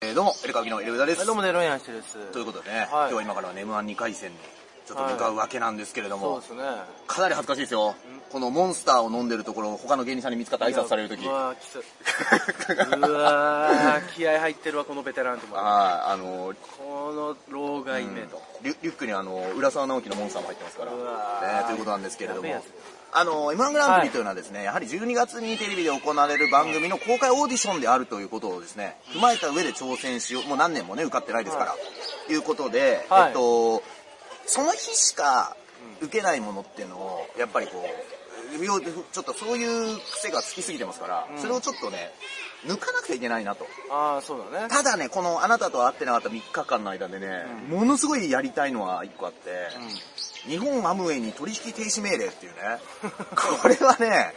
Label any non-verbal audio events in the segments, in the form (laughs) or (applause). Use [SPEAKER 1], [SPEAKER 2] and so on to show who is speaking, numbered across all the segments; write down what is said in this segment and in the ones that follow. [SPEAKER 1] えーどうも、エルカギのエルウダです、
[SPEAKER 2] はい、どうもね、ロイヤンしてです。
[SPEAKER 1] ということでね、今
[SPEAKER 2] はい
[SPEAKER 1] 日は今からは M12 回戦にちょっと向かうわけなんですけれども、
[SPEAKER 2] そうですね。
[SPEAKER 1] かなり恥ずかしいですよ。このモンスターを飲んでるところを他の芸人さんに見つかって挨拶されるとき。
[SPEAKER 2] う
[SPEAKER 1] はい、
[SPEAKER 2] わー、
[SPEAKER 1] (laughs)
[SPEAKER 2] きつ。うわー、気合入ってるわ、このベテランと思って
[SPEAKER 1] あのー、
[SPEAKER 2] この老害めと。
[SPEAKER 1] リュリュックにあの、浦沢直樹のモンスターも入ってますから、
[SPEAKER 2] うわー
[SPEAKER 1] ねということなんですけれども
[SPEAKER 2] やべえやつだ。
[SPEAKER 1] あの、M1 グランプリというのはですね、やはり12月にテレビで行われる番組の公開オーディションであるということをですね、踏まえた上で挑戦しよう。もう何年もね、受かってないですから。
[SPEAKER 2] は
[SPEAKER 1] ということで、
[SPEAKER 2] はい
[SPEAKER 1] えっと、その日しか受けないものっていうのを、やっぱりこう、よちょっとそういう癖がつきすぎてますから、
[SPEAKER 2] うん
[SPEAKER 1] それをちょっとね、抜かなくちゃいけないなと。
[SPEAKER 2] あー、そうだね。
[SPEAKER 1] ただね、このあなたと会ってなかった3日間の間でね、ものすごいやりたいのは1個あって、
[SPEAKER 2] う
[SPEAKER 1] 日本アムウェイに取引停止命令っていうね、 (laughs) これはね、
[SPEAKER 2] ん。はい。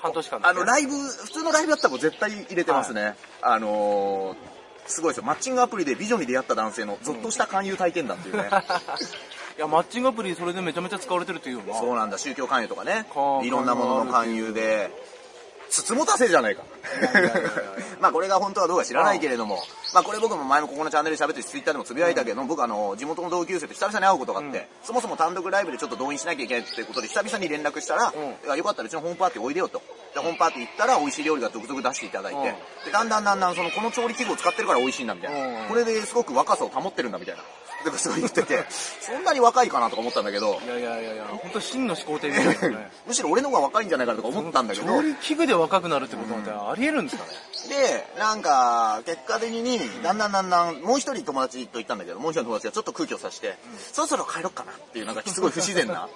[SPEAKER 2] 半年間だ
[SPEAKER 1] あ
[SPEAKER 2] ね
[SPEAKER 1] の、ライブ、普通のライブだったらもう絶対入れてますね。あのー、すごいですよ。マッチングアプリで美女に出会った男性のゾッとした勧誘体験談っていうね。
[SPEAKER 2] いや、マッチングアプリそれでめちゃめちゃ使われてるっていうの
[SPEAKER 1] そうなんだ、宗教勧誘とかね
[SPEAKER 2] か。
[SPEAKER 1] いろんなものの勧誘で、つつもたせじゃないか
[SPEAKER 2] いやいやいやいや。
[SPEAKER 1] (laughs) まあこれが本当はどうか知らないけれども、まあこれ僕も前もここのチャンネルで喋ってるし、ツイッターでもつぶやいたけど、僕あの、地元の同級生と久々に会うことがあって、
[SPEAKER 2] うん
[SPEAKER 1] そもそも単独ライブでちょっと動員しなきゃいけないってことで、久々に連絡したら、
[SPEAKER 2] う
[SPEAKER 1] いやよかったらうちのホームパーティーおいでよと。で、ホームパーティー行ったら美味しい料理が続々出していただいて、
[SPEAKER 2] うん
[SPEAKER 1] で、だんだんだんだんその、この調理器具を使ってるから美味しいんだみたいな。
[SPEAKER 2] うん
[SPEAKER 1] これですごく若さを保ってるんだみたいな。とかすごい言って
[SPEAKER 2] (laughs)
[SPEAKER 1] て、そんなに若いかなとか思ったんだけど
[SPEAKER 2] い、やいやいやいや、本当真の始皇帝みたいなね。
[SPEAKER 1] むしろ俺の方が若いんじゃないかなとか (laughs) 思ったんだけど、
[SPEAKER 2] 調理器具で若くなるってことなんてありえるんですかね。
[SPEAKER 1] で、なんか、結果的に、だんだんだんだん、もう一人友達と言ったんだけど、もう一人の友達がちょっと空気をさして、そろそろ帰ろっかなっていう、なんかすごい不自然な。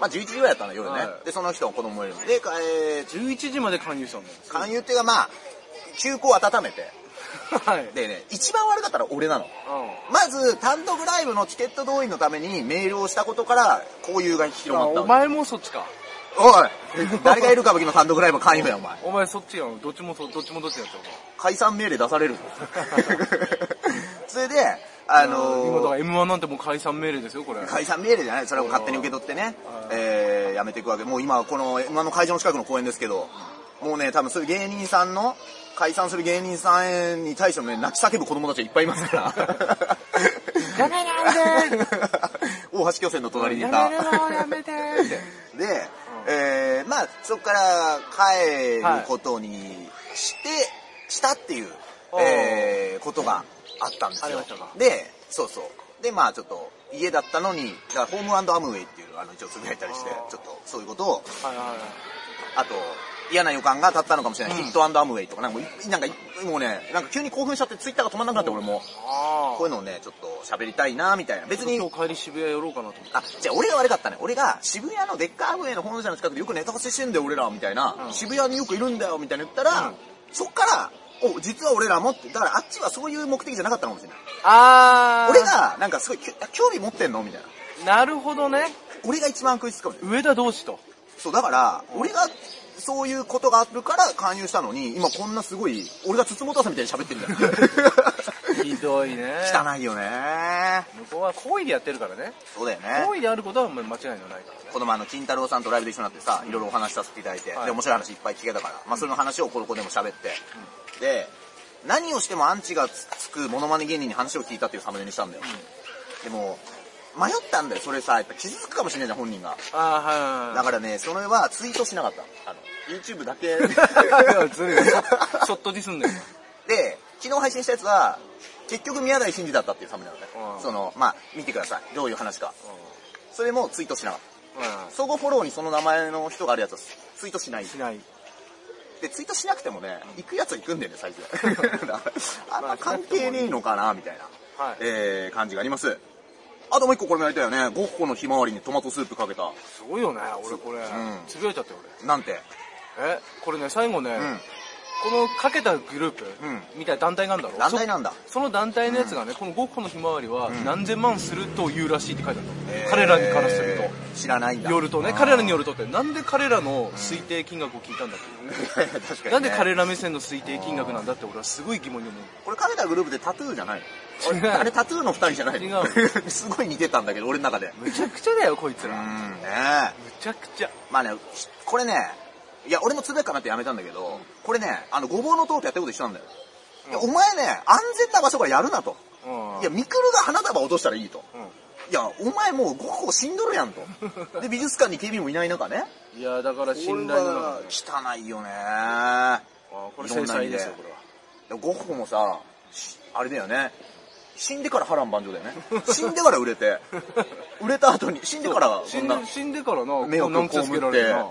[SPEAKER 1] まあ11時ぐらいやったの夜ね。
[SPEAKER 2] はい
[SPEAKER 1] で、その人は子供もいるので、えー
[SPEAKER 2] 11時まで勧誘したんだよ。
[SPEAKER 1] 勧誘っていうかまあ、休校を温めて。
[SPEAKER 2] はい。
[SPEAKER 1] でね、一番悪かったら俺なの。
[SPEAKER 2] う
[SPEAKER 1] まず、単独ライブのチケット動員のためにメールをしたことから、交友が
[SPEAKER 2] ん。
[SPEAKER 1] 広
[SPEAKER 2] あ
[SPEAKER 1] まったわ
[SPEAKER 2] お
[SPEAKER 1] け。
[SPEAKER 2] 前もそっちか。
[SPEAKER 1] おい誰がいる歌舞伎の単独ライブ勧誘や、お前。
[SPEAKER 2] お前そっちやん。どっちもそ、どっちもどっちやったお前。
[SPEAKER 1] 解散命令出さ
[SPEAKER 2] (laughs)
[SPEAKER 1] れるぞそれで、あ
[SPEAKER 2] 今だか
[SPEAKER 1] の
[SPEAKER 2] ら M1 なんてもう解散命令ですよ、これ。
[SPEAKER 1] 解散命令じゃない、それを勝手に受け取ってね
[SPEAKER 2] あ、ー
[SPEAKER 1] えーやめていくわけ。もう今、この、今の会場の近くの公園ですけど、もうね、多分そういう芸人さんの、解散する芸人さんに対してもね、泣き叫ぶ子供たちがいっぱいいます
[SPEAKER 2] (laughs)
[SPEAKER 1] から。
[SPEAKER 2] やめないで
[SPEAKER 1] 大橋巨船の隣にいた。
[SPEAKER 2] やめろやめてーって。
[SPEAKER 1] で、えー、まあそこから帰ることにして、したっていう、
[SPEAKER 2] おー
[SPEAKER 1] えー、ことがあったんです
[SPEAKER 2] あり
[SPEAKER 1] よ
[SPEAKER 2] ましたか。
[SPEAKER 1] で、そうそう。で、まあちょっと家だったのに、だからホームアムウェイっていうのをあの一応つぶやいたりして
[SPEAKER 2] あ、ー
[SPEAKER 1] ちょっとそういうことを、
[SPEAKER 2] はいはいはい。
[SPEAKER 1] あと、嫌な予感が立ったのかもしれない。
[SPEAKER 2] うん
[SPEAKER 1] ヒットアムウェイとか、なんかもう、なんか、もうね、なんか急に興奮しちゃってツイッターが止まんなくなって、俺も。
[SPEAKER 2] ああ。
[SPEAKER 1] こういうのをね、ちょっと喋りたいな、みたいな。別に
[SPEAKER 2] 今日帰り渋谷寄ろうかなと思って。
[SPEAKER 1] あ、じゃあ俺が悪かったね。俺が渋谷のデッカーアムウェイの本社の近くでよくネタ合わせしてんだよ俺ら、みたいな、
[SPEAKER 2] うん
[SPEAKER 1] 渋谷によくいるんだよ、みたいな言ったら、
[SPEAKER 2] うん
[SPEAKER 1] そっから、お、実は俺らもって、だからあっちはそういう目的じゃなかったのかもしれない。
[SPEAKER 2] あ
[SPEAKER 1] 俺が、なんかすごいきょ、興味持ってんのみたいな。
[SPEAKER 2] なるほどね。
[SPEAKER 1] 俺が一番食いつくかもしれない。
[SPEAKER 2] 上田同士と。
[SPEAKER 1] そう、だから、俺が、そういうことがあるから勧誘したのに、今こんなすごい、俺が筒本さんみたいに喋ってるんだよ。
[SPEAKER 2] (laughs) ひどいね。
[SPEAKER 1] 汚いよね。
[SPEAKER 2] 向こうは行為でやってるからね。
[SPEAKER 1] そうだよね。
[SPEAKER 2] 行為であることはもう間違いのないからね。
[SPEAKER 1] この前あの金太郎さんとライブで一緒になってさいろいろお話しさせていただいて、
[SPEAKER 2] はい
[SPEAKER 1] で面白い話いっぱい聞けたから、まあ、それの話をこの子でも喋って、で何をしてもアンチがつつくモノマネ芸人に話を聞いたっていうサムネにしたんだよ、でも迷ったんだよそれさやっぱ傷つくかもしれないじゃん本人が
[SPEAKER 2] ああ、
[SPEAKER 1] だ
[SPEAKER 2] は
[SPEAKER 1] からねそれはツイートしなかったあの YouTube だ
[SPEAKER 2] (laughs)
[SPEAKER 1] け
[SPEAKER 2] いはいはい。ずるいね。ちょっとディスんだよ。
[SPEAKER 1] (laughs) で、昨日配信したやつは、結局宮台真司だったっていうサムネなのね
[SPEAKER 2] う。ん
[SPEAKER 1] その、まあ、見てください。どういう話か。それもツイートしなかった。
[SPEAKER 2] うんは
[SPEAKER 1] 相互フォローにその名前の人があるやつはツイートしない
[SPEAKER 2] い。。しない。
[SPEAKER 1] で、ツイートしなくてもね、行くやつは行くんだよね、最近。
[SPEAKER 2] (laughs)
[SPEAKER 1] あんま関係ねえのかな、みたいな、
[SPEAKER 2] はい
[SPEAKER 1] えー、感じがあります。あともう一個これもやりたいよね。ゴッホのひまわりにトマトスープかけた。
[SPEAKER 2] すごいよね、俺これ
[SPEAKER 1] ん。
[SPEAKER 2] つぶやいちゃったよ、
[SPEAKER 1] なんて。
[SPEAKER 2] 俺。え、これね、最後ね、
[SPEAKER 1] うん。
[SPEAKER 2] このかけたグループ
[SPEAKER 1] うん
[SPEAKER 2] みたいな団体があるんだろ
[SPEAKER 1] 団体なんだ。
[SPEAKER 2] そその団体のやつがね、このゴッホのひまわりは何千万すると言うらしいって書いてあるの、
[SPEAKER 1] えー
[SPEAKER 2] 彼らにからする
[SPEAKER 1] 知らないん
[SPEAKER 2] と。
[SPEAKER 1] だ。
[SPEAKER 2] よるとね、
[SPEAKER 1] あー
[SPEAKER 2] 彼らによるとって、なんで彼らの推定金額を聞いたんだって、
[SPEAKER 1] (laughs) 確かに、ね。
[SPEAKER 2] なんで彼ら目線の推定金額なんだって俺はすごい疑問に思う。
[SPEAKER 1] これかけたグループでタトゥーじゃない
[SPEAKER 2] 違
[SPEAKER 1] の
[SPEAKER 2] う
[SPEAKER 1] あれタトゥーの二人じゃないの (laughs)
[SPEAKER 2] 違
[SPEAKER 1] すごい似てたんだけど、俺の中で。
[SPEAKER 2] むちゃくちゃだよ、こいつ
[SPEAKER 1] う
[SPEAKER 2] ら。む
[SPEAKER 1] ん、ね
[SPEAKER 2] ちゃくちゃ。
[SPEAKER 1] まあね、ひこれね、いや、俺もつべっかなってやめたんだけど、これね、あの、ごぼうの塔とやったこと一緒なんだよ。いやお前ね、安全な場所からやるなと。
[SPEAKER 2] うん
[SPEAKER 1] いや、ミクルが花束落としたらいいと。
[SPEAKER 2] う
[SPEAKER 1] いや、お前もうゴッホ死んどるやんと。
[SPEAKER 2] (laughs)
[SPEAKER 1] で、美術館に警備員もいない中ね。
[SPEAKER 2] んいやだから信
[SPEAKER 1] こ
[SPEAKER 2] 頼
[SPEAKER 1] れ
[SPEAKER 2] の
[SPEAKER 1] は
[SPEAKER 2] 中で
[SPEAKER 1] 汚いよね。あ
[SPEAKER 2] あこれ制裁ですよこれは
[SPEAKER 1] ゴッホもさ、しあれだよね。死んでから波乱万丈だよね。死んでから売れ
[SPEAKER 2] (laughs)
[SPEAKER 1] て。売れた後に、死んでから
[SPEAKER 2] 死
[SPEAKER 1] そ
[SPEAKER 2] ん
[SPEAKER 1] ん
[SPEAKER 2] で
[SPEAKER 1] な、
[SPEAKER 2] 死んでからな
[SPEAKER 1] 迷惑
[SPEAKER 2] こんなんつけられるな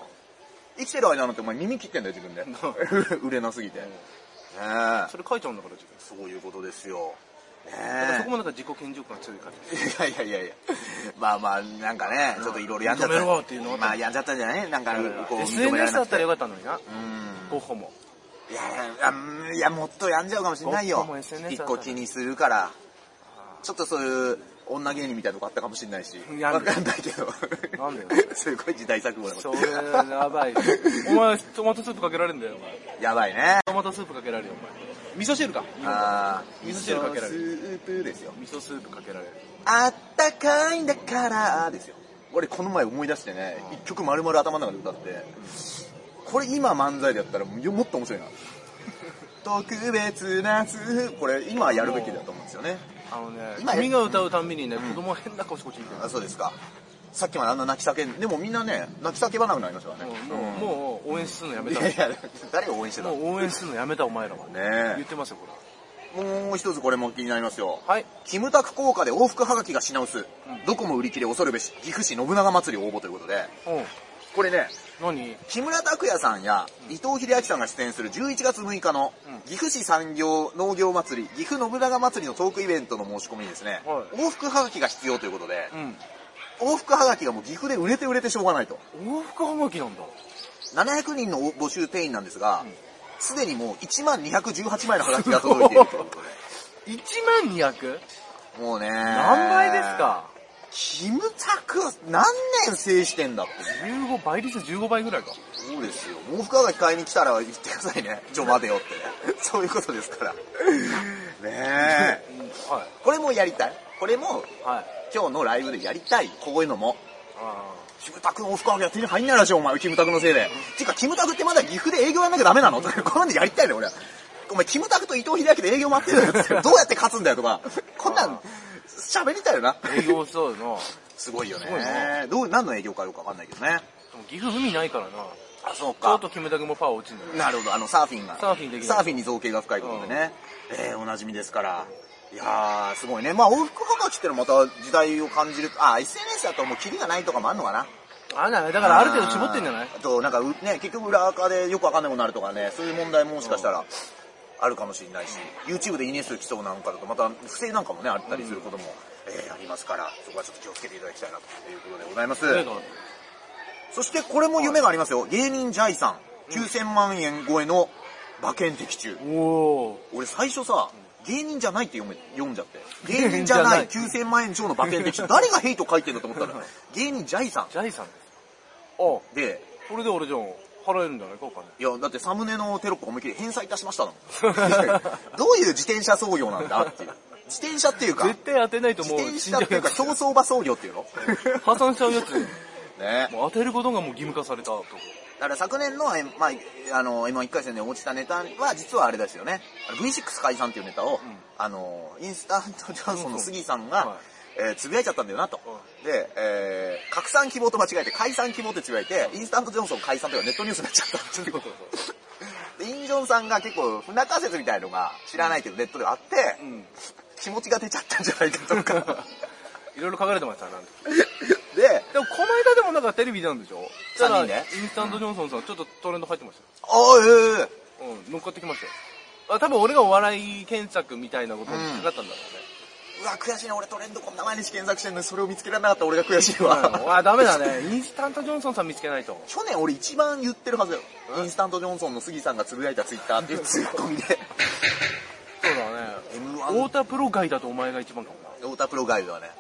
[SPEAKER 1] 被生きてる間なんてお前耳切ってんだよ自分で。売れなすぎて。ねえ。
[SPEAKER 2] それ書いちゃうんだから自分
[SPEAKER 1] そういうことですよ。ね
[SPEAKER 2] そこもなんか自己顕示欲が強い感じ
[SPEAKER 1] いやいやいやいや。まあまあ、なんかね、ちょっといろいろやんじゃった。
[SPEAKER 2] 認めろっていうのは
[SPEAKER 1] まあ、やんじゃったんじゃないなんか、こう、認められ
[SPEAKER 2] SNS だ
[SPEAKER 1] な
[SPEAKER 2] っ
[SPEAKER 1] くて
[SPEAKER 2] たらよかったのにな
[SPEAKER 1] うん
[SPEAKER 2] ゴッホも
[SPEAKER 1] いやいやうんいや、もっとやんじゃうかもしれない
[SPEAKER 2] ゴ
[SPEAKER 1] よ
[SPEAKER 2] ッホも。SNS
[SPEAKER 1] 一個気にするから。ちょっとそういう女芸人みたいなとこあったかもしれないし。
[SPEAKER 2] やん
[SPEAKER 1] わかんないけど。
[SPEAKER 2] なんでよ
[SPEAKER 1] (laughs) すごい時代錯誤だ
[SPEAKER 2] そ
[SPEAKER 1] もん
[SPEAKER 2] れやばいお前トマトスープかけられるんだよお前
[SPEAKER 1] (laughs) やばいね。
[SPEAKER 2] トマトスープかけられるよお前味噌汁か
[SPEAKER 1] あー
[SPEAKER 2] 味噌汁かけられる
[SPEAKER 1] 味噌スープですよ。
[SPEAKER 2] 味噌スープかけられる
[SPEAKER 1] あったかいんだからですよ俺この前思い出してね一曲丸々頭の中で歌ってこれ今漫才でやったらもうもっと面白いな特別なスープこれ今やるべきだと思うんですよね
[SPEAKER 2] あのね
[SPEAKER 1] 今
[SPEAKER 2] 君が歌うたんびにね子供変な顔してこっち見て
[SPEAKER 1] あそうですかさっきまであんな泣き叫んでもみんなね泣き叫ばなくなりましたから
[SPEAKER 2] る
[SPEAKER 1] ね
[SPEAKER 2] もうもうもう応援するのやめ
[SPEAKER 1] い
[SPEAKER 2] た
[SPEAKER 1] やいや誰が応援してた
[SPEAKER 2] も
[SPEAKER 1] の
[SPEAKER 2] う応援するのやめたお前らは
[SPEAKER 1] ねえ
[SPEAKER 2] 言ってますよこれ
[SPEAKER 1] もう一つこれも気になりますよ
[SPEAKER 2] はい
[SPEAKER 1] キムタク効果で往復はがきが品薄、どこも売り切れ恐るべし岐阜市信長祭り応募ということで
[SPEAKER 2] うん
[SPEAKER 1] これね
[SPEAKER 2] 何
[SPEAKER 1] 木村拓哉さんや伊藤英明さんが出演する11月6日の
[SPEAKER 2] うん
[SPEAKER 1] 岐阜市産業農業祭り岐阜信長祭りのトークイベントの申し込みにですね、
[SPEAKER 2] は
[SPEAKER 1] 往復はがきが必要ということで
[SPEAKER 2] う、ん
[SPEAKER 1] 往復はがきがもう岐阜で売れて売れてしょうがないと
[SPEAKER 2] 往復はがきなんだ
[SPEAKER 1] 700人の募集定員なんですが
[SPEAKER 2] うん
[SPEAKER 1] すで、にもう1万218枚のはがきが届いているということ
[SPEAKER 2] 1万 200?
[SPEAKER 1] でもうね
[SPEAKER 2] 何倍ですか
[SPEAKER 1] キムタクは何年制してんだって
[SPEAKER 2] 15倍率15倍ぐらいか
[SPEAKER 1] そうですよ。毛布はがき買いに来たら言ってください (laughs) ね。ちょ、待てよってね。そういうことですから。 (laughs) ねえ。
[SPEAKER 2] うんはい
[SPEAKER 1] これもやりたい。これも
[SPEAKER 2] はい
[SPEAKER 1] 今日のライブでやりたい。こういうのも。
[SPEAKER 2] あ
[SPEAKER 1] キムタクのおふくはがきが手に入んないらしいよ、お前。キムタクのせいで。てか、キムタクってまだ岐阜で営業やんなきゃダメなのとか、こんなんでやりたいね、俺は。お前、キムタクと伊藤英明で営業待ってるよ (laughs) つって。どうやって勝つんだよとか。こんなん、喋りたいよな。
[SPEAKER 2] あ営業そうよな
[SPEAKER 1] すごいよね。
[SPEAKER 2] すごいね
[SPEAKER 1] どう、何の営業かよくわかんないけどね。
[SPEAKER 2] でも岐阜海ないからな
[SPEAKER 1] あ、そう
[SPEAKER 2] ちょっとキムタクもパワー落ちんだよ
[SPEAKER 1] なるほど、あの、サーフィンが。
[SPEAKER 2] サーフィンできない
[SPEAKER 1] サーフィンに造形が深いことでね。えー、おなじみですから。いやー、すごいね。まあ、往復はがきってのはまた時代を感じる。あ、SNS だともうキリがないとかもあんのかな。
[SPEAKER 2] あだねだからある程度絞ってんじゃない
[SPEAKER 1] あと、なんかう、ね、結局裏垢でよくわかんないことになるとかね、そういう問題ももしかしたら、あるかもしれないし、YouTube でいいね数基礎なんかだと、また不正なんかもね、あったりすることも、えーありますから、そこはちょっと気をつけていただきたいなということでございます。
[SPEAKER 2] 誰か
[SPEAKER 1] そしてこれも夢がありますよ。芸人ジャイさん、9000万円超えの馬券的中。
[SPEAKER 2] おお
[SPEAKER 1] 俺最初さ、芸人じゃないって読め、読んじゃって。芸人じゃ
[SPEAKER 2] (laughs)
[SPEAKER 1] ない
[SPEAKER 2] 芸
[SPEAKER 1] 9000万円以上の馬券的中。誰がヘイト書いてんだと思った
[SPEAKER 2] (laughs)
[SPEAKER 1] ら、芸人ジャイさ
[SPEAKER 2] ジャイさんですあ
[SPEAKER 1] ん。で、
[SPEAKER 2] これで俺じゃん払えるんじゃないかお金
[SPEAKER 1] いや、だってサムネのテロップ思いっきり返済いたしました
[SPEAKER 2] (laughs)
[SPEAKER 1] の。どういう自転車操業なんだっていう。自転車っていうか、
[SPEAKER 2] 絶対当てないと
[SPEAKER 1] 自
[SPEAKER 2] もう
[SPEAKER 1] 転
[SPEAKER 2] 死ん
[SPEAKER 1] 車
[SPEAKER 2] じゃ
[SPEAKER 1] っていう
[SPEAKER 2] う
[SPEAKER 1] か競走馬操業って
[SPEAKER 2] (laughs)
[SPEAKER 1] いうの
[SPEAKER 2] 破産しちゃうやつ
[SPEAKER 1] ね
[SPEAKER 2] もう当てることがもう義務化されたとこ
[SPEAKER 1] だから昨年の、えまあ、あの、M1 回戦で落ちたネタは、実はあれですよね。あの V6 解散っていうネタを、あの、インスタントジャンソンの杉さんが、
[SPEAKER 2] は
[SPEAKER 1] えーつぶやいちゃったんだよなと。で、えー拡散希望と間違えて、解散希望ってつぶやいて、インスタントジョンソン解散というかネットニュースになっちゃったっていうこと。で、インジョンさんが結構、不仲説みたいのが知らないけどネットではあって、
[SPEAKER 2] うん
[SPEAKER 1] 気持ちが出ちゃったんじゃないかと (laughs) か。
[SPEAKER 2] いろいろ書かれてましたねなんか
[SPEAKER 1] で、
[SPEAKER 2] でもこの間でもなんかテレビなんでしょ
[SPEAKER 1] 三人
[SPEAKER 2] ただ
[SPEAKER 1] で
[SPEAKER 2] インスタントジョンソンさんちょっとトレンド入ってましたよ
[SPEAKER 1] あーえー
[SPEAKER 2] うん、乗っかってきましたよ。あ、多分俺がお笑い検索みたいなことに引っかかったんだろ
[SPEAKER 1] うわ、悔しいな、俺トレンドこんな毎日検索してんのにそれを見つけられなかった俺が悔しいう
[SPEAKER 2] ね。
[SPEAKER 1] わ。
[SPEAKER 2] あ、ダメだね。インスタントジョンソンさん見つけないと。
[SPEAKER 1] 去年俺一番言ってるはずよ。インスタントジョンソンの杉さんがつぶやいたツイッターっていうツッコミで。
[SPEAKER 2] そうだね。
[SPEAKER 1] M1
[SPEAKER 2] 太田プロ外だとお前が一番かもな。
[SPEAKER 1] 太田プロガイドはね、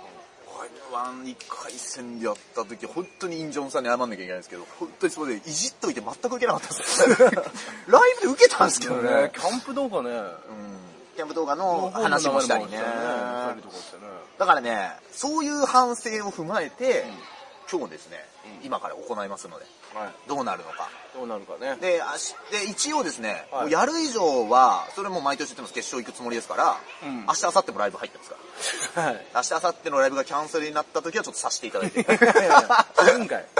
[SPEAKER 1] M1 一回戦でやった時、本当にインジョンさんに謝んなきゃいけないんですけど、本当にそこでいじっといて全く受けなかった (laughs) です。ライブで受けたんですけど
[SPEAKER 2] ね
[SPEAKER 1] ね。
[SPEAKER 2] キャンプ動画ね。
[SPEAKER 1] うんキャンプ動画の話もしたりね。
[SPEAKER 2] したりとかしてね。
[SPEAKER 1] だからね、そういう反省を踏まえて、今日ですね、今から行いますので、
[SPEAKER 2] はい。
[SPEAKER 1] どうなるのか。
[SPEAKER 2] どうなるかね。
[SPEAKER 1] で、あしで一応ですね、
[SPEAKER 2] はい
[SPEAKER 1] もうやる以上は、それも毎年言ってます、決勝行くつもりですから、
[SPEAKER 2] うん
[SPEAKER 1] 明日、明後日もライブ入ってますから。
[SPEAKER 2] はい。
[SPEAKER 1] 明日、明後日のライブがキャンセルになった時はちょっとさせていただ
[SPEAKER 2] (laughs)
[SPEAKER 1] いて。
[SPEAKER 2] するんかい。
[SPEAKER 1] (laughs)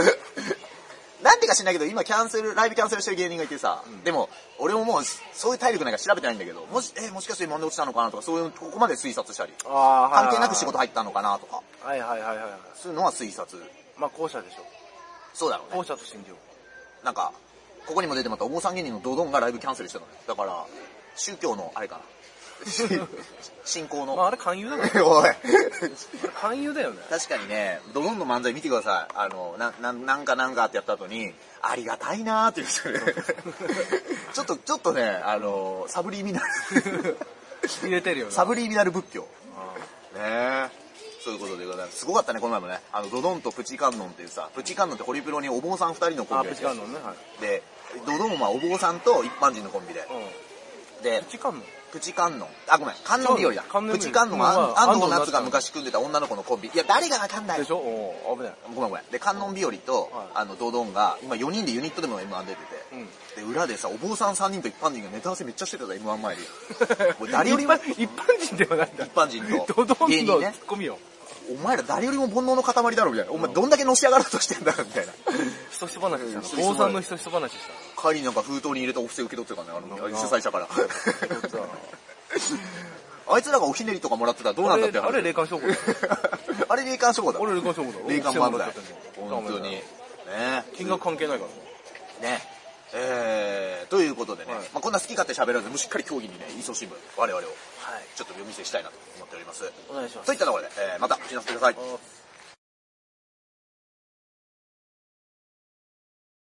[SPEAKER 1] なんでか知んないけど、今キャンセル、ライブキャンセルしてる芸人がいてさ、でも、俺ももう、そういう体力ないから調べてないんだけど、もし、えーもしかして今んで落ちたのかなとか、そういう、ここまで推察したり、
[SPEAKER 2] ああ、はい。
[SPEAKER 1] 関係なく仕事入ったのかなとか、
[SPEAKER 2] はいはいはいはいはい。
[SPEAKER 1] そういうのは推察。
[SPEAKER 2] まあ、後者でしょ。
[SPEAKER 1] そうだろうね
[SPEAKER 2] 後。者と信じよ
[SPEAKER 1] なんか、ここにも出てまた、お坊さん芸人のドドンがライブキャンセルしてたのね。だから、宗教の、あれか (laughs) な。信仰
[SPEAKER 2] う。
[SPEAKER 1] の。
[SPEAKER 2] まあ、あれ勧誘だから。
[SPEAKER 1] おい。
[SPEAKER 2] あれ勧誘だよね。
[SPEAKER 1] 確かにね、ドドンの漫才見てください。あの、な、ななんかなんかってやった後に、ありがたいなーって言うん (laughs) ですよね。ちょっと、ちょっとね、あの、サブリミナ (laughs) ル、
[SPEAKER 2] 入れてるよね。
[SPEAKER 1] サブリミナル仏教。ねえ。そういうことでございます。すごかったね、この前もね。あの、ドドンとプチカンノンっていうさ、プチカンノンってホリプロにお坊さん二人のコン
[SPEAKER 2] あ、
[SPEAKER 1] ビ
[SPEAKER 2] プ
[SPEAKER 1] がい
[SPEAKER 2] チ
[SPEAKER 1] て
[SPEAKER 2] 観音ね。はい。
[SPEAKER 1] で、ドドンはお坊さんと一般人のコンビで。
[SPEAKER 2] う
[SPEAKER 1] で
[SPEAKER 2] ん。プ、チ観音
[SPEAKER 1] プチ観音。あ、ごめん、観音日和だ。
[SPEAKER 2] 観音日和
[SPEAKER 1] プチ観音
[SPEAKER 2] う
[SPEAKER 1] は
[SPEAKER 2] ん
[SPEAKER 1] 安安藤
[SPEAKER 2] 安藤
[SPEAKER 1] 夏が昔組んでた女の子のコンビ。いや、誰がわかんない
[SPEAKER 2] でしょおー危ない。
[SPEAKER 1] ごめんごめん。で、観音日和と、
[SPEAKER 2] はい
[SPEAKER 1] あの、ドドンが、今4人でユニットでも M1 出てて、で、裏でさ、お坊さん3人と一般人がネタ合わせめっちゃしてたぞ、M1
[SPEAKER 2] (laughs)
[SPEAKER 1] 前に。もう誰よりも
[SPEAKER 2] 一、般一般人ではないんだ。
[SPEAKER 1] 一般人と
[SPEAKER 2] ドドン
[SPEAKER 1] 芸人
[SPEAKER 2] のツ
[SPEAKER 1] ね
[SPEAKER 2] ッコミよ。
[SPEAKER 1] お前ら誰よりも煩悩の塊だろ、みたいな。お前どんだけのし上がろうとしてんだろ、みたいな。
[SPEAKER 2] ひそひそ話した
[SPEAKER 1] ひそひ
[SPEAKER 2] の。
[SPEAKER 1] そ話
[SPEAKER 2] 坊さんのひそひそ話し
[SPEAKER 1] 帰りになんか封筒に入れたお布施受け取ってたからね、あの、
[SPEAKER 2] うん
[SPEAKER 1] 主催者
[SPEAKER 2] (laughs)
[SPEAKER 1] から。
[SPEAKER 2] た。さ
[SPEAKER 1] あいつらがおひねりとかもらってたらどう
[SPEAKER 2] あ
[SPEAKER 1] なんだって
[SPEAKER 2] れ、あれ
[SPEAKER 1] 話
[SPEAKER 2] 霊感商法だよ。
[SPEAKER 1] (laughs) あれ霊感商法だ。
[SPEAKER 2] (laughs) 俺霊感商法だろ。
[SPEAKER 1] 霊感漫才。本
[SPEAKER 2] 本
[SPEAKER 1] 当
[SPEAKER 2] 当
[SPEAKER 1] に。
[SPEAKER 2] に
[SPEAKER 1] ね。え
[SPEAKER 2] 金額関係ないからね。
[SPEAKER 1] ね。えー、ということでね、
[SPEAKER 2] はい
[SPEAKER 1] まあ、こんな好き勝手喋らず、もうしっかり競技にね、勤しむ我々を、
[SPEAKER 2] はい。
[SPEAKER 1] ちょっとお見せしたいなと思っております。
[SPEAKER 2] お願いします
[SPEAKER 1] とい。ったところで、えーまたお知らせください。
[SPEAKER 2] あー